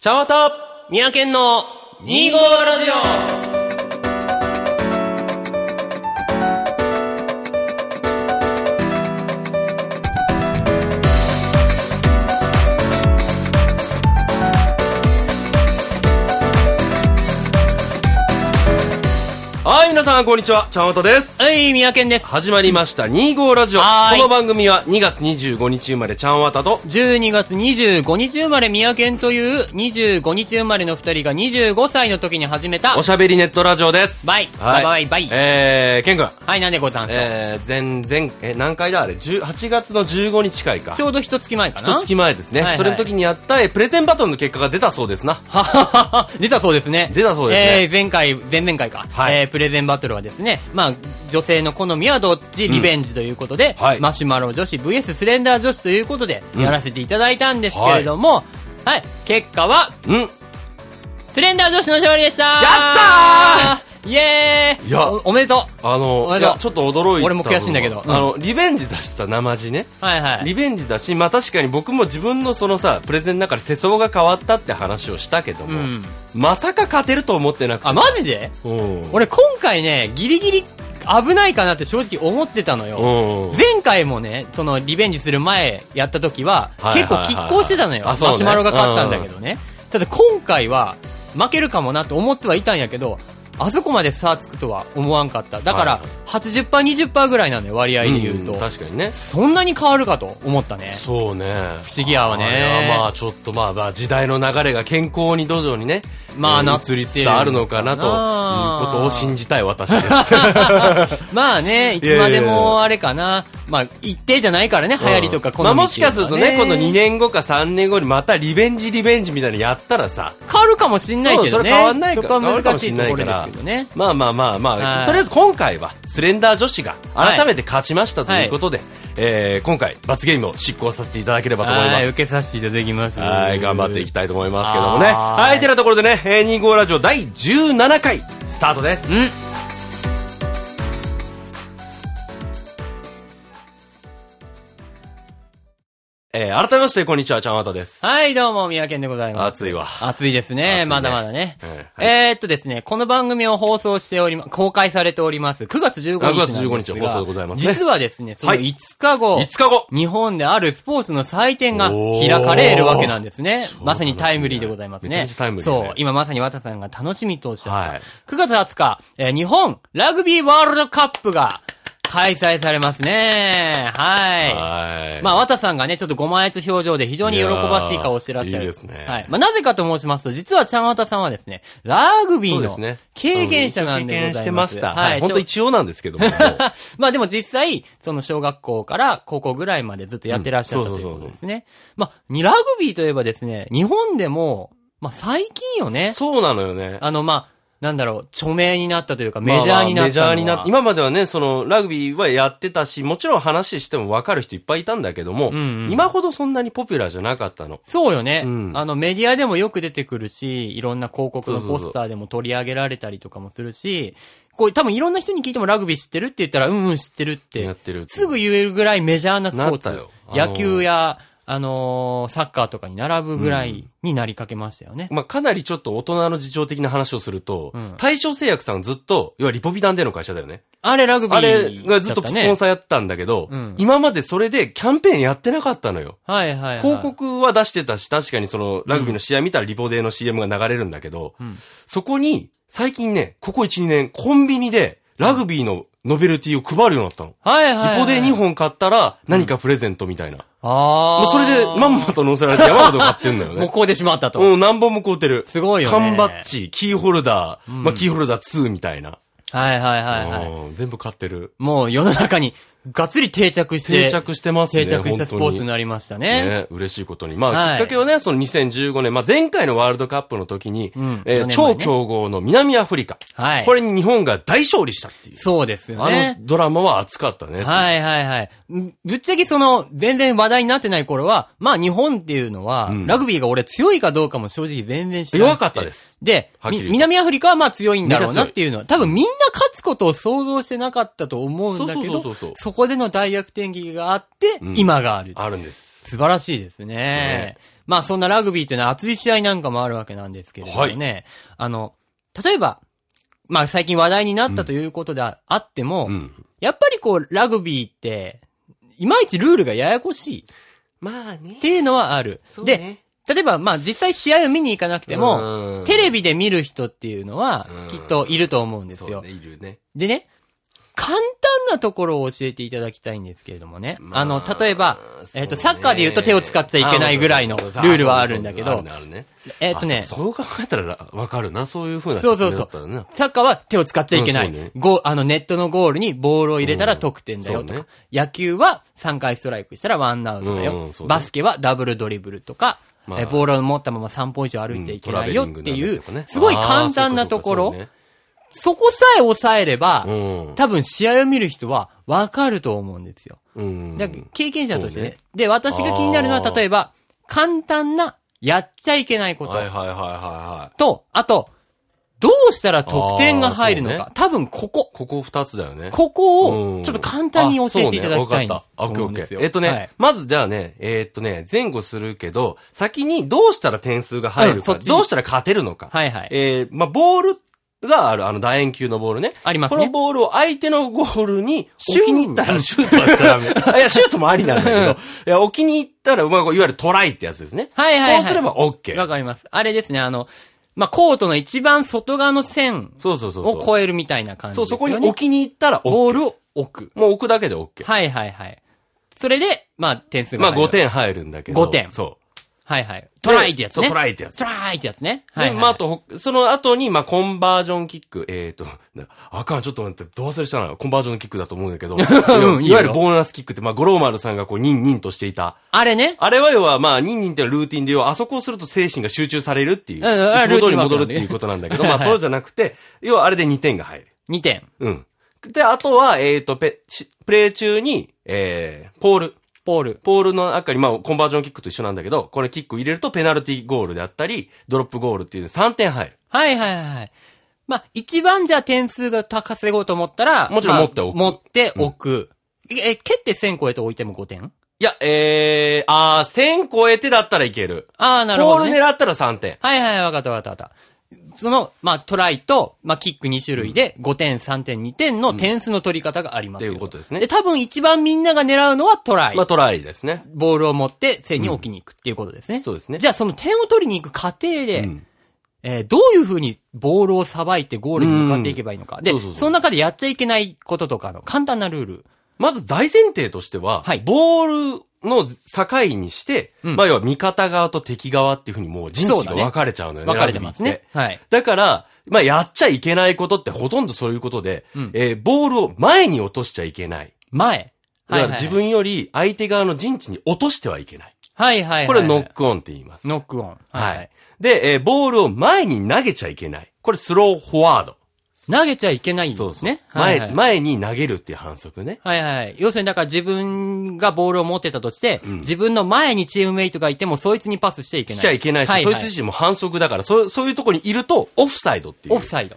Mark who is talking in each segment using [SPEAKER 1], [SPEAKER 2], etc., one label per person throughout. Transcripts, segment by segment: [SPEAKER 1] 茶わた
[SPEAKER 2] 宮県の
[SPEAKER 1] 2号ラジオはい、皆さん、こんにちは。ちゃんわたです。
[SPEAKER 2] はい、宮県です。
[SPEAKER 1] 始まりました、2号ラジオ。こ
[SPEAKER 2] はーい
[SPEAKER 1] の番組は2月25日生まれ、ちゃんわたと、
[SPEAKER 2] 12月25日生まれ宮県という25日生まれの二人が25歳の時に始めた
[SPEAKER 1] お。しゃべりネットラジオです。
[SPEAKER 2] バイ
[SPEAKER 1] はい
[SPEAKER 2] バイバイバイ
[SPEAKER 1] えー、ケン君。
[SPEAKER 2] はい、なんでござんすか
[SPEAKER 1] えー、前、前、え、何回だあれ ?8 月の15日会か
[SPEAKER 2] ち。ょうど一月前かな
[SPEAKER 1] 一月前ですね、
[SPEAKER 2] はいはい
[SPEAKER 1] それの時にやったえープレゼンバトルの結果が出たそうですな。
[SPEAKER 2] はははは出たそうですね。
[SPEAKER 1] 出たそうですね
[SPEAKER 2] えー、前回、前々回か。
[SPEAKER 1] はい
[SPEAKER 2] えー、プレゼンバトルはですね、まあ、女性の好みはどっち、リベンジということで、
[SPEAKER 1] はい
[SPEAKER 2] マシュマロ女子 VS スレンダー女子ということで、やらせていただいたんですけれども、はい、結果は、
[SPEAKER 1] うん。やっ
[SPEAKER 2] スレンダー女子の勝利でしたやったーイエーイ
[SPEAKER 1] いや
[SPEAKER 2] おおめでと
[SPEAKER 1] あの
[SPEAKER 2] あ
[SPEAKER 1] い
[SPEAKER 2] れだ
[SPEAKER 1] やちょっと驚いた
[SPEAKER 2] 俺も悔しいんだけど
[SPEAKER 1] あのリベンジだしさ生地ね
[SPEAKER 2] うはいはい。
[SPEAKER 1] リベンジだし、まあ、確かに僕も自分のそのさプレゼンの中で世相が変わったって話をしたけど
[SPEAKER 2] う
[SPEAKER 1] も、
[SPEAKER 2] ん。
[SPEAKER 1] まさか勝てると思ってなくて
[SPEAKER 2] あ、マジで
[SPEAKER 1] うん
[SPEAKER 2] 俺今回ね、ギリギリ危ないかなって正直思ってたのよ。
[SPEAKER 1] うん
[SPEAKER 2] 前回もね、そのリベンジする前やった時は、
[SPEAKER 1] はい
[SPEAKER 2] 結構
[SPEAKER 1] はいはい
[SPEAKER 2] 拮抗してたのよ。
[SPEAKER 1] あ
[SPEAKER 2] マ
[SPEAKER 1] そうね
[SPEAKER 2] シュマロが勝ったんだけどね。ただ今回は、負けるかもなと思ってはいたんやけど、あそこまで差つくとは思わんかった。だから
[SPEAKER 1] はい、
[SPEAKER 2] 80%、20%ぐらいなのよ、割合で言うと。
[SPEAKER 1] ん確かにね
[SPEAKER 2] そんなに変わるかと思ったね。
[SPEAKER 1] そうね
[SPEAKER 2] 不思議やわね
[SPEAKER 1] あれはまあちょっとまあまあ時代の流れが健康に徐々にね
[SPEAKER 2] まあ
[SPEAKER 1] えー
[SPEAKER 2] なって
[SPEAKER 1] 移りつつあるのかなということを信じたい私です
[SPEAKER 2] まあね、いつまでもあれかな。まあ、一定じゃないからね、流行りとか、好み
[SPEAKER 1] まあ
[SPEAKER 2] っていうのは
[SPEAKER 1] もしかするとね今度2年後か3年後にまたリベンジリベンジみたいなのやったらさ
[SPEAKER 2] 変わるかもしんないけどね。
[SPEAKER 1] そうそれ変わんないから
[SPEAKER 2] そこは難しいところですけどね。
[SPEAKER 1] まあまあまあまあ、
[SPEAKER 2] はい
[SPEAKER 1] とりあえず今回はスレンダー女子が改めて勝ちましたということで、えー今回罰ゲームを執行させていただければと思いま
[SPEAKER 2] はい、
[SPEAKER 1] す
[SPEAKER 2] 受けさせていただきます。
[SPEAKER 1] はい、頑張っていきたいと思いますけどもね。
[SPEAKER 2] は
[SPEAKER 1] は
[SPEAKER 2] ーい
[SPEAKER 1] い、てなところでね、えー、25ラジオ第17回、スタートです。
[SPEAKER 2] うん。
[SPEAKER 1] えー、改めまして、こんにちは、ちゃんわたです。
[SPEAKER 2] はい、どうも、宮健でございます。
[SPEAKER 1] 暑いわ。
[SPEAKER 2] 暑いです
[SPEAKER 1] 暑
[SPEAKER 2] ね。
[SPEAKER 1] いね
[SPEAKER 2] まだまだね。
[SPEAKER 1] うん
[SPEAKER 2] えーっとですね、この番組を放送しておりま、公開されております。9月15日なんですが。
[SPEAKER 1] あ9月15日放送でございますね
[SPEAKER 2] 実はですね、その
[SPEAKER 1] はい
[SPEAKER 2] 5日後。
[SPEAKER 1] 5日後
[SPEAKER 2] 日本であるスポーツの祭典が開かれるわけなんですね。まさにタイムリーでございますね。
[SPEAKER 1] めちゃめちゃタイムリーだね
[SPEAKER 2] そう、今まさに綿さんが楽しみとおっしゃった。
[SPEAKER 1] はい
[SPEAKER 2] 9月20日、えー日本ラグビーワールドカップが開催されますね。はい。
[SPEAKER 1] はい。
[SPEAKER 2] まあ、綿さんがね、ちょっとご満悦表情で非常に喜ばしい顔をしてらっし
[SPEAKER 1] い
[SPEAKER 2] ゃる。
[SPEAKER 1] やーいいですね
[SPEAKER 2] はい。まあ、なぜかと申しますと、実はちゃんわたさんはですね、ラグビー
[SPEAKER 1] そうで
[SPEAKER 2] の
[SPEAKER 1] すね。
[SPEAKER 2] 経験者なんで
[SPEAKER 1] うん
[SPEAKER 2] ご
[SPEAKER 1] 一応経験し
[SPEAKER 2] ざ
[SPEAKER 1] て
[SPEAKER 2] い
[SPEAKER 1] ま
[SPEAKER 2] ま
[SPEAKER 1] し
[SPEAKER 2] す。
[SPEAKER 1] た。はい。本当一応なんですけども。もう
[SPEAKER 2] まあでも実際、その小学校から高校ぐらいまでずっとやってらっしゃった
[SPEAKER 1] うん
[SPEAKER 2] とい
[SPEAKER 1] そうそううそう
[SPEAKER 2] ことですね。まあ、にラグビーといえばですね、日本でも、まあ最近よ ね、
[SPEAKER 1] そうなのよね。
[SPEAKER 2] あのまあ、なんだろう、著名になったというかメジャーに
[SPEAKER 1] まあまあ
[SPEAKER 2] なったの
[SPEAKER 1] メジャ
[SPEAKER 2] は。
[SPEAKER 1] ーになっ今まではね、その、ラグビーはやってたし、もちろん話しても分かる人いっぱいいたんだけども、
[SPEAKER 2] んうん
[SPEAKER 1] 今ほどそんなにポピュラーじゃなかったの。
[SPEAKER 2] そうよね、
[SPEAKER 1] うん
[SPEAKER 2] あのメディアでもよく出てくるし、いろんな広告の
[SPEAKER 1] そうそう
[SPEAKER 2] ポ
[SPEAKER 1] そう
[SPEAKER 2] スターでも取り上げられたりとかもするし、こう多分いろんな人に聞いてもラグビー知ってるって言ったら、うんうん知ってるっ、
[SPEAKER 1] やっててる。
[SPEAKER 2] すぐ言えるぐらいメジャーなスポーツ。
[SPEAKER 1] なったよあのー
[SPEAKER 2] 野球や、あのーサッカーとかに並ぶぐらいになりかけましたよね。
[SPEAKER 1] まあ、かなりちょっと大人の事情的な話をすると、
[SPEAKER 2] うん
[SPEAKER 1] 大正製薬さんずっと、要はリポビタンでの会社だよね。
[SPEAKER 2] あれラグビー
[SPEAKER 1] あ
[SPEAKER 2] だった、
[SPEAKER 1] れ
[SPEAKER 2] ね。
[SPEAKER 1] がずっとスポンサーやってたんだけど、
[SPEAKER 2] うん
[SPEAKER 1] 今までそれでキャンペーンやってなかったのよ。
[SPEAKER 2] はいはい、はい。
[SPEAKER 1] 広告は出してたし、確かにそのラグビーの試合見たらリポデーの CM が流れるんだけど、
[SPEAKER 2] うん
[SPEAKER 1] そこに最近ね、ここ1、2年コンビニでラグビーのノベルティを配るようになったの。
[SPEAKER 2] はいはい、はい。
[SPEAKER 1] リポデー2。本買ったら何かプレゼントみたいな。
[SPEAKER 2] あ
[SPEAKER 1] もう
[SPEAKER 2] あ。
[SPEAKER 1] それでまんまと載せられて山ほど買ってんだよ
[SPEAKER 2] もう
[SPEAKER 1] ね。
[SPEAKER 2] こうでしまったと。
[SPEAKER 1] うん、何本も買うてる。
[SPEAKER 2] すごいよね。
[SPEAKER 1] 缶バッ。ジ、キーホルダー、まあ、キーホルダー2みたいな。
[SPEAKER 2] はいはいはいはい。
[SPEAKER 1] うん全部買ってる。
[SPEAKER 2] もう世の中にがっつり定着して。
[SPEAKER 1] 定着してますね。
[SPEAKER 2] 定着したスポーツに
[SPEAKER 1] 本
[SPEAKER 2] なりました
[SPEAKER 1] 当
[SPEAKER 2] ね。
[SPEAKER 1] にね、嬉しいことに。まあ、
[SPEAKER 2] は
[SPEAKER 1] き
[SPEAKER 2] い
[SPEAKER 1] っかけはね、その2015年、まあ、前回のワールドカップの時に、
[SPEAKER 2] うん
[SPEAKER 1] えー超
[SPEAKER 2] 四年前ね
[SPEAKER 1] 強豪の南アフリカ、
[SPEAKER 2] はい。
[SPEAKER 1] これに日本が大勝利したっていう。
[SPEAKER 2] そうですよ
[SPEAKER 1] あの
[SPEAKER 2] ね。
[SPEAKER 1] ドラマは熱かったね。
[SPEAKER 2] はいはいはい。んぶっちゃけその、全然話題になってない頃は、まあ日本っていうのは、
[SPEAKER 1] ん
[SPEAKER 2] ラグビーが俺強いかどうかも正直全然知らな
[SPEAKER 1] 弱
[SPEAKER 2] くて
[SPEAKER 1] かったです。
[SPEAKER 2] で、
[SPEAKER 1] はっきり
[SPEAKER 2] み
[SPEAKER 1] 言うと
[SPEAKER 2] 南アフリカはまあ強いんだろうな
[SPEAKER 1] めちゃ強い
[SPEAKER 2] っていうのは、多分みんな勝つことを想像してなかったと思うんだけ
[SPEAKER 1] そうそうそう
[SPEAKER 2] ど
[SPEAKER 1] そうそう、
[SPEAKER 2] そこでの大逆転劇があって
[SPEAKER 1] う、ん
[SPEAKER 2] 今がある。
[SPEAKER 1] あるんです。
[SPEAKER 2] 素晴らしいですね。まあそんなラグビーというのは熱い試合なんかもあるわけなんですけれどもね、あの、例えば、まあ最近話題になったということでああっても、
[SPEAKER 1] うん。
[SPEAKER 2] やっぱりこう、ラグビーって、いまいちルールがややこしいっ
[SPEAKER 1] まあね
[SPEAKER 2] て。いうのはある。
[SPEAKER 1] そう
[SPEAKER 2] で、
[SPEAKER 1] ね、
[SPEAKER 2] 例えば、まあ実際試合を見に行かなくて
[SPEAKER 1] うん
[SPEAKER 2] も、テレビで見る人っていうのは
[SPEAKER 1] うん、
[SPEAKER 2] きっといると思うんです
[SPEAKER 1] そう
[SPEAKER 2] よ。
[SPEAKER 1] ね、いるね。
[SPEAKER 2] でね、簡単なところを教えていただきたいんですけれどもね。
[SPEAKER 1] まあ
[SPEAKER 2] あ、の、例えば、
[SPEAKER 1] そう
[SPEAKER 2] えっ、
[SPEAKER 1] ね
[SPEAKER 2] と、サッカーで言うと手を使っちゃいけないぐらいのルールはあるんだけ
[SPEAKER 1] あそうそ
[SPEAKER 2] ど
[SPEAKER 1] う、そうあるねあるね
[SPEAKER 2] えっとね
[SPEAKER 1] あ、そうそう考えたらわかるな。そういう風な
[SPEAKER 2] そうそう
[SPEAKER 1] 説明
[SPEAKER 2] そう
[SPEAKER 1] だったらな。
[SPEAKER 2] サッカーは手を使っちゃいけない。
[SPEAKER 1] うんそうね
[SPEAKER 2] ゴーあの、ネットのゴールにボールを入れたら得点だよと
[SPEAKER 1] うん
[SPEAKER 2] か、
[SPEAKER 1] そうね
[SPEAKER 2] 野球は3回ストライクしたらワンアウトだよ。
[SPEAKER 1] うんうんそうね
[SPEAKER 2] バスケはダブルドリブルとか、
[SPEAKER 1] まあ
[SPEAKER 2] えボールを持ったまま3歩以上歩いていけないよってい
[SPEAKER 1] ト
[SPEAKER 2] う、
[SPEAKER 1] ラベリングなんだとかね
[SPEAKER 2] すごい簡単なところ、
[SPEAKER 1] あーそうか
[SPEAKER 2] そこさえ抑えれば、
[SPEAKER 1] そうか
[SPEAKER 2] 多分試合を見る人はわかると思うんですよ。
[SPEAKER 1] そうねうん。うん。
[SPEAKER 2] だから経験者としてね
[SPEAKER 1] そうね
[SPEAKER 2] で、私が気になるの
[SPEAKER 1] あ
[SPEAKER 2] は、
[SPEAKER 1] ー
[SPEAKER 2] 例えば、簡単な、やっちゃいけないこと
[SPEAKER 1] はいはいはいはいはい。
[SPEAKER 2] と、あと、どうしたら得点が入るの
[SPEAKER 1] あーそ
[SPEAKER 2] か
[SPEAKER 1] う。
[SPEAKER 2] 多分、ここ。
[SPEAKER 1] ここ二つだよね。
[SPEAKER 2] ここ
[SPEAKER 1] う
[SPEAKER 2] を、
[SPEAKER 1] ん
[SPEAKER 2] ちょっと簡単に教えていただきたいんです
[SPEAKER 1] あそうねわかった。あオッケー
[SPEAKER 2] と
[SPEAKER 1] オ
[SPEAKER 2] 思うん
[SPEAKER 1] ッケ
[SPEAKER 2] ですよ
[SPEAKER 1] ー。えっとね、
[SPEAKER 2] はい
[SPEAKER 1] まずじゃあね、えっとね、前後するけど、先にどうしたら点数が入るか、
[SPEAKER 2] うんそっち
[SPEAKER 1] どうしたら勝てるのか。
[SPEAKER 2] はいはい。
[SPEAKER 1] えー、まあ、ボールがある、あの、楕円球のボールね。
[SPEAKER 2] あります
[SPEAKER 1] この
[SPEAKER 2] ね。
[SPEAKER 1] ボールを相手のゴールに
[SPEAKER 2] シュー
[SPEAKER 1] 置きに行ったらシュートはしちゃダメ。あいや、シュートもありなんだけど、いや、置きに行ったら、まあ、いわゆるトライってやつですね。
[SPEAKER 2] はいはいはい
[SPEAKER 1] そうすれば OK。
[SPEAKER 2] わかります。あれですね、あの、まあ、コートの一番外側の線
[SPEAKER 1] そうそうそうそう。
[SPEAKER 2] を超えるみたいな感じ
[SPEAKER 1] そ
[SPEAKER 2] で
[SPEAKER 1] う、
[SPEAKER 2] すよ
[SPEAKER 1] そ
[SPEAKER 2] ね。
[SPEAKER 1] こに置きに行ったら OK。
[SPEAKER 2] ボールを置く。
[SPEAKER 1] もう置くだけで OK。
[SPEAKER 2] はいはいはい。それで、まあ、点数が
[SPEAKER 1] まあ
[SPEAKER 2] 入る。
[SPEAKER 1] 5。点入るんだけど。
[SPEAKER 2] 5点
[SPEAKER 1] そ
[SPEAKER 2] はいはい。
[SPEAKER 1] う。
[SPEAKER 2] トライってやつ
[SPEAKER 1] そ
[SPEAKER 2] ね。
[SPEAKER 1] う、トライってやつ。
[SPEAKER 2] トライってやつね。はい、
[SPEAKER 1] で、
[SPEAKER 2] はい。
[SPEAKER 1] まあ、あと、ほその後に、まあ、コンバージョンキック、えっ、ー、と、なあかん、ちょっと待って、どう忘れしたな、コンバージョンキックだと思うんだけ ど、いわ
[SPEAKER 2] いいよ
[SPEAKER 1] いわゆるボーナスキックって、まあ、五郎丸さんがこう、ニンニンとしていた。
[SPEAKER 2] あれね。
[SPEAKER 1] あれは要は、まあ、ニンニンっていうのはルーティンで、要はあそこをすると精神が集中されるっていう、
[SPEAKER 2] うんうんあ
[SPEAKER 1] いつも通り
[SPEAKER 2] ルーティンワーク
[SPEAKER 1] 戻る
[SPEAKER 2] な
[SPEAKER 1] っ
[SPEAKER 2] ん
[SPEAKER 1] て
[SPEAKER 2] で
[SPEAKER 1] いうことなんだけど、まあ、そうじゃなくて、要はあれで2点が入る。
[SPEAKER 2] 2点。
[SPEAKER 1] うん。で、あとは、えっ、ー、と、ペ、しプレイ中に、えー、ポール。
[SPEAKER 2] ポール。
[SPEAKER 1] ポールの中に、まあ、コンバージョンキックと一緒なんだけど、これキック入れるとペナルティゴールであったり、ドロップゴールっていう3点入る。
[SPEAKER 2] はいはいはいはい。まあ、一番じゃあ点数が高稼ごうと思ったら、
[SPEAKER 1] もちろん持っておく
[SPEAKER 2] まあ持っておく。え、蹴って1000超えて置いても5点
[SPEAKER 1] いや、えー、あー、1000超えてだったらいける。
[SPEAKER 2] ああ、なるほ
[SPEAKER 1] ポ
[SPEAKER 2] ど、
[SPEAKER 1] ー
[SPEAKER 2] ね。
[SPEAKER 1] ル狙ったら3点。
[SPEAKER 2] はいはいはい、わかったわかったわかった。その、まあ、トライと、まあ、キック2種類で、5点、3点、2点の点数の取り方があります
[SPEAKER 1] っ
[SPEAKER 2] よ、
[SPEAKER 1] ていうことですね
[SPEAKER 2] で、多分一番みんなが狙うのはトライ。
[SPEAKER 1] まあ、トライですね。
[SPEAKER 2] ボールを持って、線に置きに行くっていうことですね。
[SPEAKER 1] そうですね。
[SPEAKER 2] じゃあ、その点を取りに行く過程で、
[SPEAKER 1] うん
[SPEAKER 2] えーどういう風にボールをさばいてゴールに向かっていけばいいのか。で
[SPEAKER 1] そうそうそう
[SPEAKER 2] の中でやっちゃいけないこととかの簡単なルール。
[SPEAKER 1] まず大前提としては、
[SPEAKER 2] はい
[SPEAKER 1] ボールの境にして、
[SPEAKER 2] うん
[SPEAKER 1] まあ、要は味方側と敵側っていうふうにもう陣
[SPEAKER 2] そう
[SPEAKER 1] 地
[SPEAKER 2] だ
[SPEAKER 1] が
[SPEAKER 2] ね
[SPEAKER 1] 分かれちゃうのよね。
[SPEAKER 2] 分かれてます
[SPEAKER 1] ラグ
[SPEAKER 2] ね
[SPEAKER 1] ビーって。
[SPEAKER 2] はい。
[SPEAKER 1] だから、まあ、やっちゃいけないことってほとんどそういうことで、
[SPEAKER 2] うん
[SPEAKER 1] えーボールを前に落としちゃいけない。
[SPEAKER 2] 前。
[SPEAKER 1] だ
[SPEAKER 2] は
[SPEAKER 1] か
[SPEAKER 2] い、
[SPEAKER 1] ら
[SPEAKER 2] はい。
[SPEAKER 1] 自。分より相手側の陣地に落としてはいけない。
[SPEAKER 2] はいはいはい。
[SPEAKER 1] これノックオンって言います。
[SPEAKER 2] ノックオン。
[SPEAKER 1] はい、で、えーボールを前に投げちゃいけない。これスローフォワード。
[SPEAKER 2] 投げちゃいけないんですね。
[SPEAKER 1] そうそう。
[SPEAKER 2] はいはい
[SPEAKER 1] 前、前に投げるっていう反則ね。
[SPEAKER 2] はいはい。要するに、だから自分がボールを持ってたとして、
[SPEAKER 1] うん
[SPEAKER 2] 自分の前にチームメイトがいても、そいつにパスしちゃいけ
[SPEAKER 1] し
[SPEAKER 2] ない。
[SPEAKER 1] ちゃいけないし、
[SPEAKER 2] はい
[SPEAKER 1] そ
[SPEAKER 2] はい
[SPEAKER 1] いつ自身も反則だから、そうそういうとこにいると、オフサイドっていう。
[SPEAKER 2] オフサイド。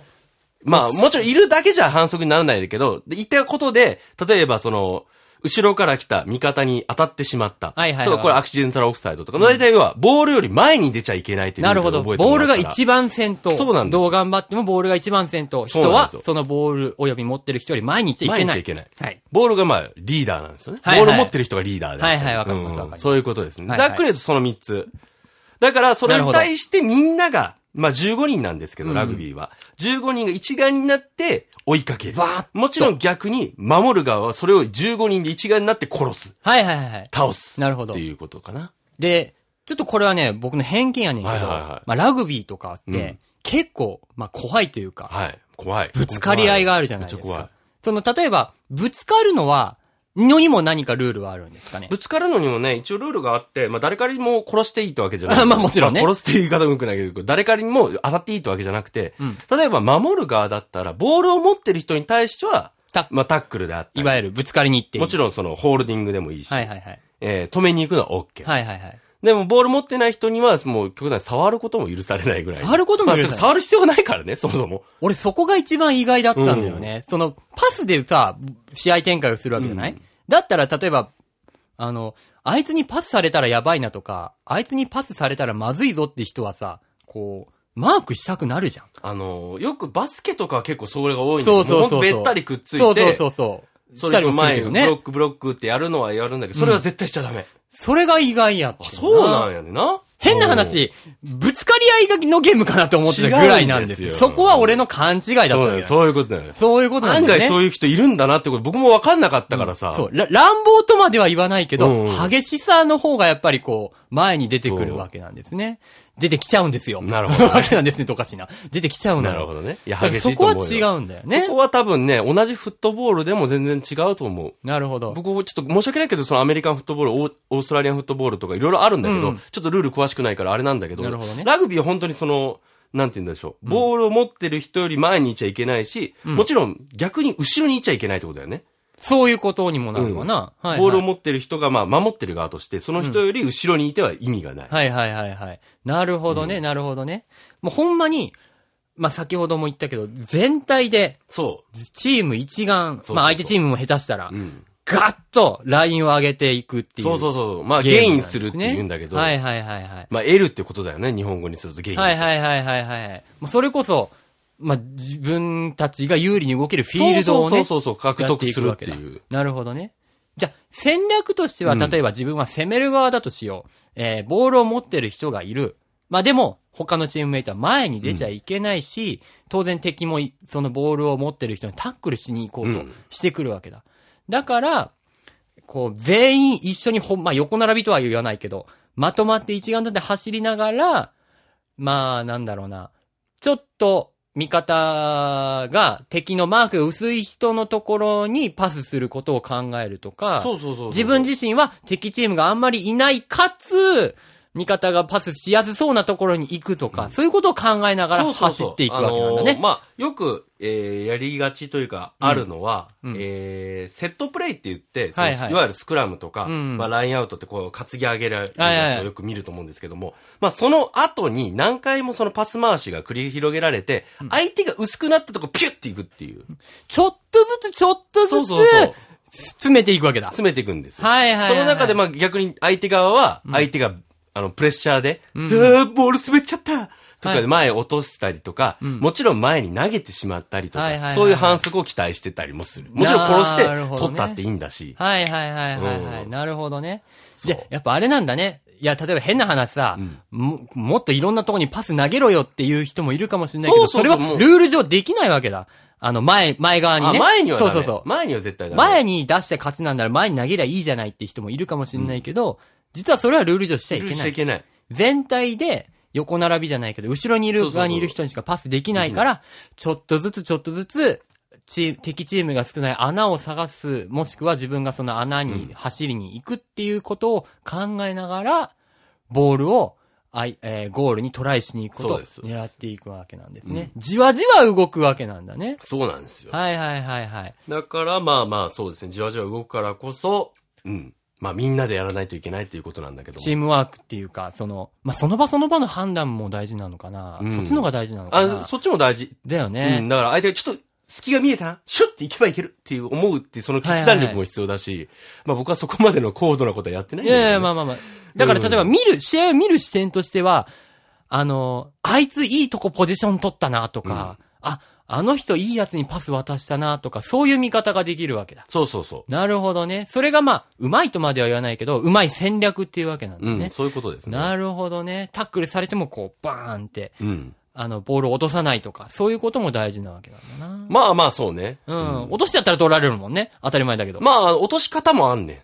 [SPEAKER 1] まあ、もちろんいるだけじゃ反則にならないけど、で言ったことで、例えばその、後ろから来た味方に当たってしまった。
[SPEAKER 2] はいはいはい
[SPEAKER 1] とか、これアクシデンタルオフサイドとか、大体は、ボールより前に出ちゃいけないっていう
[SPEAKER 2] な
[SPEAKER 1] ル
[SPEAKER 2] る
[SPEAKER 1] ー
[SPEAKER 2] ほ
[SPEAKER 1] ル
[SPEAKER 2] ど。
[SPEAKER 1] を
[SPEAKER 2] ボ
[SPEAKER 1] 覚えても
[SPEAKER 2] ー
[SPEAKER 1] ら
[SPEAKER 2] ル
[SPEAKER 1] った
[SPEAKER 2] が
[SPEAKER 1] ら。
[SPEAKER 2] 一番先頭。
[SPEAKER 1] そうなんです
[SPEAKER 2] どう頑張ってもボールが一番先頭。
[SPEAKER 1] そうな
[SPEAKER 2] 人
[SPEAKER 1] んで
[SPEAKER 2] は
[SPEAKER 1] すよ、
[SPEAKER 2] そのボール及び持ってる人より前に行っちゃいけ
[SPEAKER 1] 前に
[SPEAKER 2] ない。
[SPEAKER 1] 行っちゃいけない
[SPEAKER 2] はい。
[SPEAKER 1] ボールがまあ、リーダーなんですよね。
[SPEAKER 2] はいはい
[SPEAKER 1] ボール持ってる人がリーダーであったり。
[SPEAKER 2] はいはいわかりますわかります
[SPEAKER 1] そういうことですね。
[SPEAKER 2] はいはい
[SPEAKER 1] ざっくり言うとその3つ。だから、それに対してみんなが、まあ15人なんですけど、
[SPEAKER 2] うん
[SPEAKER 1] ラグビーは。15人が一丸になって追いかける
[SPEAKER 2] わーっと。
[SPEAKER 1] もちろん逆に、守る側はそれを15人で一丸になって殺す。
[SPEAKER 2] はいはいはいはい。
[SPEAKER 1] 倒す。
[SPEAKER 2] なるほど
[SPEAKER 1] っていうことかな。
[SPEAKER 2] で、ちょっとこれはね、僕の偏見やねんけど、
[SPEAKER 1] はいはいはい
[SPEAKER 2] まあラグビーとかっ
[SPEAKER 1] う
[SPEAKER 2] て、
[SPEAKER 1] ん
[SPEAKER 2] 結構、まあ怖いというか、
[SPEAKER 1] はい。怖い。
[SPEAKER 2] ぶつかり合いがあるじゃないですか。
[SPEAKER 1] めっちゃ怖い。
[SPEAKER 2] その、例えば、ぶつかるのは、のにも何かルールはあるんですかね。
[SPEAKER 1] ぶつかるのにもね、一応ルールがあって、まあ誰からにも殺していいってわけじゃない。
[SPEAKER 2] まあもちろんね
[SPEAKER 1] まあ殺すっていう言い方も良くないけど、誰からにも当たっていいってわけじゃなくて、
[SPEAKER 2] うん
[SPEAKER 1] 例えば守る側だったら、ボールを持ってる人に対しては、
[SPEAKER 2] た、
[SPEAKER 1] まあタックルであったり、
[SPEAKER 2] いわゆるぶつかりに行っていい
[SPEAKER 1] もちろんそのホールディングでもいいし、
[SPEAKER 2] はいはいはい。
[SPEAKER 1] えー止めに行くのは OK。
[SPEAKER 2] はいはいはい。
[SPEAKER 1] でもボール持ってない人には、もう極端に触ることも許されないぐらい。
[SPEAKER 2] 触ることも許されない
[SPEAKER 1] まあてか触る必要がないからね、そもそも。
[SPEAKER 2] 俺そこが一番意外だったんだよね。その、パスでさ、試合展開をするわけじゃない、だったら、例えば、あの、あいつにパスされたらやばいなとか、あいつにパスされたらまずいぞって人はさ、こう、マークしたくなるじゃん。
[SPEAKER 1] あの、よくバスケとかは結構それが多いんだけど、
[SPEAKER 2] そうそうそうそ
[SPEAKER 1] も
[SPEAKER 2] う。
[SPEAKER 1] ほんとべったりくっついて、
[SPEAKER 2] そうそうそうそう。
[SPEAKER 1] それの前、ブロ
[SPEAKER 2] ね
[SPEAKER 1] ッ。クブロックってやるのはやるんだけど、それは絶対しちゃダメ。
[SPEAKER 2] それが意外やって
[SPEAKER 1] あ、
[SPEAKER 2] な
[SPEAKER 1] そうなんやねんな。
[SPEAKER 2] 変な話、ぶつかり合いのゲームかなと思ってたぐらいなんです
[SPEAKER 1] 違うんですよ
[SPEAKER 2] そこは俺の勘違いだっ
[SPEAKER 1] おー。
[SPEAKER 2] た
[SPEAKER 1] そうだよ、そ
[SPEAKER 2] わけそう
[SPEAKER 1] ういうことだよ。
[SPEAKER 2] いうことなん
[SPEAKER 1] 案
[SPEAKER 2] だよね。
[SPEAKER 1] 外そういう人いるんだなってこと、僕もわかんなかったからさ。
[SPEAKER 2] そうら乱暴とまでは言わないけど、
[SPEAKER 1] うんうん
[SPEAKER 2] 激しさの方がやっぱりこう、前に出てくるわけなんですね。出てきちゃうんですよ。
[SPEAKER 1] なるほどね
[SPEAKER 2] わけなんですね、とかしな。出てきちゃうのよ
[SPEAKER 1] なるほどね。いや、
[SPEAKER 2] だから
[SPEAKER 1] 激し
[SPEAKER 2] そ
[SPEAKER 1] いと
[SPEAKER 2] こ
[SPEAKER 1] 思
[SPEAKER 2] は
[SPEAKER 1] うよ。
[SPEAKER 2] 違うんだよね
[SPEAKER 1] そ。こは多分ね、同じフットボールでも全然違うと思う。
[SPEAKER 2] なるほど。
[SPEAKER 1] 僕、ちょっと申し訳ないけど、そのアメリカンフットボール、オーオーストラリアンフットボールとかいろいろあるんだけど、
[SPEAKER 2] うん
[SPEAKER 1] ちょっとルール詳しくないからあれなんだけど、
[SPEAKER 2] なるほどね
[SPEAKER 1] ラグビーは本当にその、なんて言うんでしょう。ボールを持ってる人より前にいちゃいけないし、もちろん逆に後ろにいちゃいけないってことだよね。
[SPEAKER 2] そういうことにもなるわな。はい、はい。
[SPEAKER 1] ボールを持ってる人が、まあ、守ってる側として、その人より後ろにいては意味がない。
[SPEAKER 2] はいはいはいはい。なるほどね、なるほどね。もうほんまに、まあ、先ほども言ったけど、全体で、
[SPEAKER 1] そ
[SPEAKER 2] チーム一丸、
[SPEAKER 1] そうそう
[SPEAKER 2] まあ、相手チームも下手したら、
[SPEAKER 1] う。うん。
[SPEAKER 2] ガッとラインを上げていくっていう。
[SPEAKER 1] そうそううそう。まあ、
[SPEAKER 2] ゲーム
[SPEAKER 1] ゲ
[SPEAKER 2] なんですね
[SPEAKER 1] インするって言うんだけど、
[SPEAKER 2] はいはいはいはい。
[SPEAKER 1] まあ、L ってことだよね。日本語にするとゲイン。
[SPEAKER 2] はいはいはいはいはい。もうそれこそ、まあ、自分たちが有利に動けるフィールドを
[SPEAKER 1] そ
[SPEAKER 2] ね。
[SPEAKER 1] うそうそうそう、獲得するっていう。
[SPEAKER 2] なるほどね。じゃあ、戦略としては、例えば自分は攻める側だとしよう。えー、ボールを持ってる人がいる。まあでも、他のチームメイトは前に出ちゃいけないし、当然敵もいそのボールを持ってる人にタックルしに行こう
[SPEAKER 1] う
[SPEAKER 2] と
[SPEAKER 1] ん
[SPEAKER 2] してくるわけだ。だから、こう、全員一緒にほん、まあ横並びとは言わないけど、まとまって一丸となって走りながら、まあ、なんだろうな。ちょっと、味方が敵のマークが薄い人のところにパスすることを考えるとか、
[SPEAKER 1] そうそうそうそう。
[SPEAKER 2] 自分自身は敵チームがあんまりいない、かつ、味方がパスしやすそうなところに行くとか、そういうことを考えながら
[SPEAKER 1] そうそう
[SPEAKER 2] 走
[SPEAKER 1] そう
[SPEAKER 2] っていくわけなんだ
[SPEAKER 1] あのー
[SPEAKER 2] ね。
[SPEAKER 1] まあ、よく、えーやりがちというか、あるのは、
[SPEAKER 2] うん
[SPEAKER 1] えーセットプレイって言って、その
[SPEAKER 2] はいはい
[SPEAKER 1] いわゆるスクラムとか、
[SPEAKER 2] うん
[SPEAKER 1] まあ、ラインアウトってこう、担ぎ上げられる
[SPEAKER 2] はいはい
[SPEAKER 1] やつをよく見ると思うんですけども、まあ、その後に何回もそのパス回しが繰り広げられて、相手が薄くなったとこ、ピュッていくっていう。
[SPEAKER 2] ちょっとずつちょっと
[SPEAKER 1] そ
[SPEAKER 2] ず
[SPEAKER 1] う
[SPEAKER 2] つ
[SPEAKER 1] そうそう。
[SPEAKER 2] 詰めていくわけだ。
[SPEAKER 1] 詰めていくんですよ。
[SPEAKER 2] はいはいはいはい
[SPEAKER 1] その中で、まあ、逆に相手側は、相手が、あの、プレッシャーで、うわーボール滑っちゃったと
[SPEAKER 2] は
[SPEAKER 1] か
[SPEAKER 2] い
[SPEAKER 1] で前落としたりとか、
[SPEAKER 2] ん
[SPEAKER 1] もちろん前に投げてしまったりと
[SPEAKER 2] はいはいはい
[SPEAKER 1] か、
[SPEAKER 2] はい
[SPEAKER 1] そういう反則を期待してたりもする。もちろん殺して
[SPEAKER 2] なるほどね
[SPEAKER 1] 取ったっていいんだし。
[SPEAKER 2] はいはいはいはいはい。
[SPEAKER 1] うん
[SPEAKER 2] なるほどね。
[SPEAKER 1] そう
[SPEAKER 2] じゃ、やっぱあれなんだね。いや、例えば変な話さ、
[SPEAKER 1] ん
[SPEAKER 2] も、もっといろんなとこにパス投げろよっていう人もいるかもしれないけど、
[SPEAKER 1] そ
[SPEAKER 2] そう
[SPEAKER 1] そうそう
[SPEAKER 2] れ
[SPEAKER 1] も
[SPEAKER 2] は
[SPEAKER 1] う
[SPEAKER 2] ルール上できないわけだ。あの、前、前側に
[SPEAKER 1] あ、
[SPEAKER 2] ね。
[SPEAKER 1] 前にはダメ
[SPEAKER 2] そうそうそう。
[SPEAKER 1] 前には絶対ダメ。
[SPEAKER 2] 前に出して勝ちなんなら前に投げりゃいいじゃないって人もいるかもしれないけど、実はそれはルール上しちゃい
[SPEAKER 1] ルー
[SPEAKER 2] け
[SPEAKER 1] ルしち
[SPEAKER 2] な
[SPEAKER 1] ゃい
[SPEAKER 2] い。
[SPEAKER 1] けない。
[SPEAKER 2] 全体で、横並びじゃないけど、後ろにい
[SPEAKER 1] そう
[SPEAKER 2] る
[SPEAKER 1] そうそう
[SPEAKER 2] 側にいる人にしかパスできないから、ちょっとずつちょっとずつ、チー敵チームが少ない穴を探す、もしくは自分がその穴に走りに行くっていうことを考えながら、ボールを、あいえーゴールにトライしに行くこと
[SPEAKER 1] そ
[SPEAKER 2] を
[SPEAKER 1] うですそうです
[SPEAKER 2] 狙っていくわけなんですね。じわじわ動くわけなんだね。
[SPEAKER 1] そうなんですよ。
[SPEAKER 2] はいはいはいはい。
[SPEAKER 1] だから、まあまあ、そうですね。じわじわ動くからこそ、うん。まあ、みんなでやらないといけないっていうことなんだけども
[SPEAKER 2] チームワークっていうか、その、まあ、その場その場の判断も大事なのかな。
[SPEAKER 1] うん
[SPEAKER 2] そっちの方が大事なのかな。
[SPEAKER 1] あ、そっちも大事。
[SPEAKER 2] だよね。
[SPEAKER 1] うん、だから相手がちょっと隙が見えたな、シュッていけばいけるっていう思うっていうその決断力も必要だし、まあ僕はそこまでの高度なことはやってないん
[SPEAKER 2] い
[SPEAKER 1] だけど、
[SPEAKER 2] やいや、まあまあまあ。だから、例えば見る、試合を見る視点としては、あの、あいついいとこポジション取ったなとか、あ、あの人いいやつにパス渡したなとか、そういう見方ができるわけだ。
[SPEAKER 1] そうそうそ
[SPEAKER 2] なるほどね。それがまあ、うまいとまでは言わないけど、うまい戦略っていうわけなん
[SPEAKER 1] う。
[SPEAKER 2] だ
[SPEAKER 1] う
[SPEAKER 2] ね。
[SPEAKER 1] ん、そういうことですね。
[SPEAKER 2] なるほどね。タックルされてもこう、バーンって、
[SPEAKER 1] うん。
[SPEAKER 2] あの、ボールを落とさないとか、そういうことも大事なわけなんだな。
[SPEAKER 1] まあまあそうね。
[SPEAKER 2] うん。落としちゃったら取られるもんね。当たり前だけど。
[SPEAKER 1] まあ、落とし方もあんねん。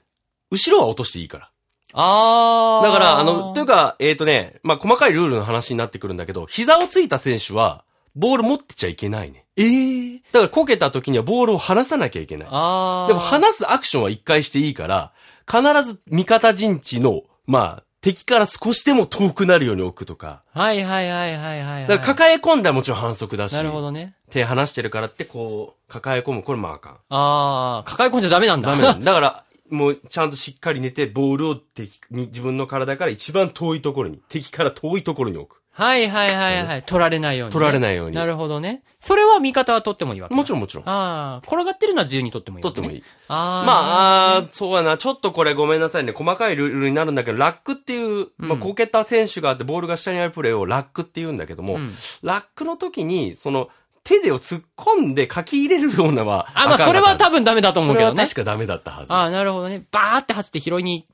[SPEAKER 1] 後ろは落としていいから。
[SPEAKER 2] あー。
[SPEAKER 1] だから、あの、というか、えっ、とね、まあ細かいルールの話になってくるんだけど、膝をついた選手は、ボール持ってちゃいけないね。
[SPEAKER 2] えー。
[SPEAKER 1] だから、こけた時にはボールを離さなきゃいけない。
[SPEAKER 2] あー。
[SPEAKER 1] でも話すアクションは一回していいから、必ず味方陣地の、まあ、敵から少しでも遠くなるように置くとか。
[SPEAKER 2] はいはいはいはいはい、はい。
[SPEAKER 1] だから抱え込んだらもちろん反則だし。
[SPEAKER 2] なるほどね。
[SPEAKER 1] 手離してるからってこう、抱え込む。これもあかん。
[SPEAKER 2] ああ、抱え込んじゃダメなんだ。
[SPEAKER 1] ダメなんだ。だから、もうちゃんとしっかり寝て、ボールを敵に、自分の体から一番遠いところに、敵から遠いところに置く。
[SPEAKER 2] はいはいはいはい。取られないようにね、
[SPEAKER 1] 取られないように
[SPEAKER 2] なるほどね。それは味方は取ってもいいわけ。
[SPEAKER 1] もち
[SPEAKER 2] ろ
[SPEAKER 1] ろ
[SPEAKER 2] ん。
[SPEAKER 1] んもちろん。
[SPEAKER 2] ああ、転がってるのは自由に取ってもいい、
[SPEAKER 1] 取ってもい
[SPEAKER 2] い。
[SPEAKER 1] い。
[SPEAKER 2] ああ。
[SPEAKER 1] まあ、あーそうやな。ちょっとこれごめんなさいね。細かいルールになるんだけど、ラックっていう、まあ、
[SPEAKER 2] うん
[SPEAKER 1] こけた選手があって、ボールが下にあるプレーをラックって言うんだけども、
[SPEAKER 2] うん
[SPEAKER 1] ラックの時に、その、手でを突っ込んで書き入れるようなは、
[SPEAKER 2] あ、まあ、それは
[SPEAKER 1] 分
[SPEAKER 2] 多分ダメだと思うけどね。
[SPEAKER 1] 確かダメだったはず。
[SPEAKER 2] あ
[SPEAKER 1] あ
[SPEAKER 2] あ、なるほどね。バーって走って拾いに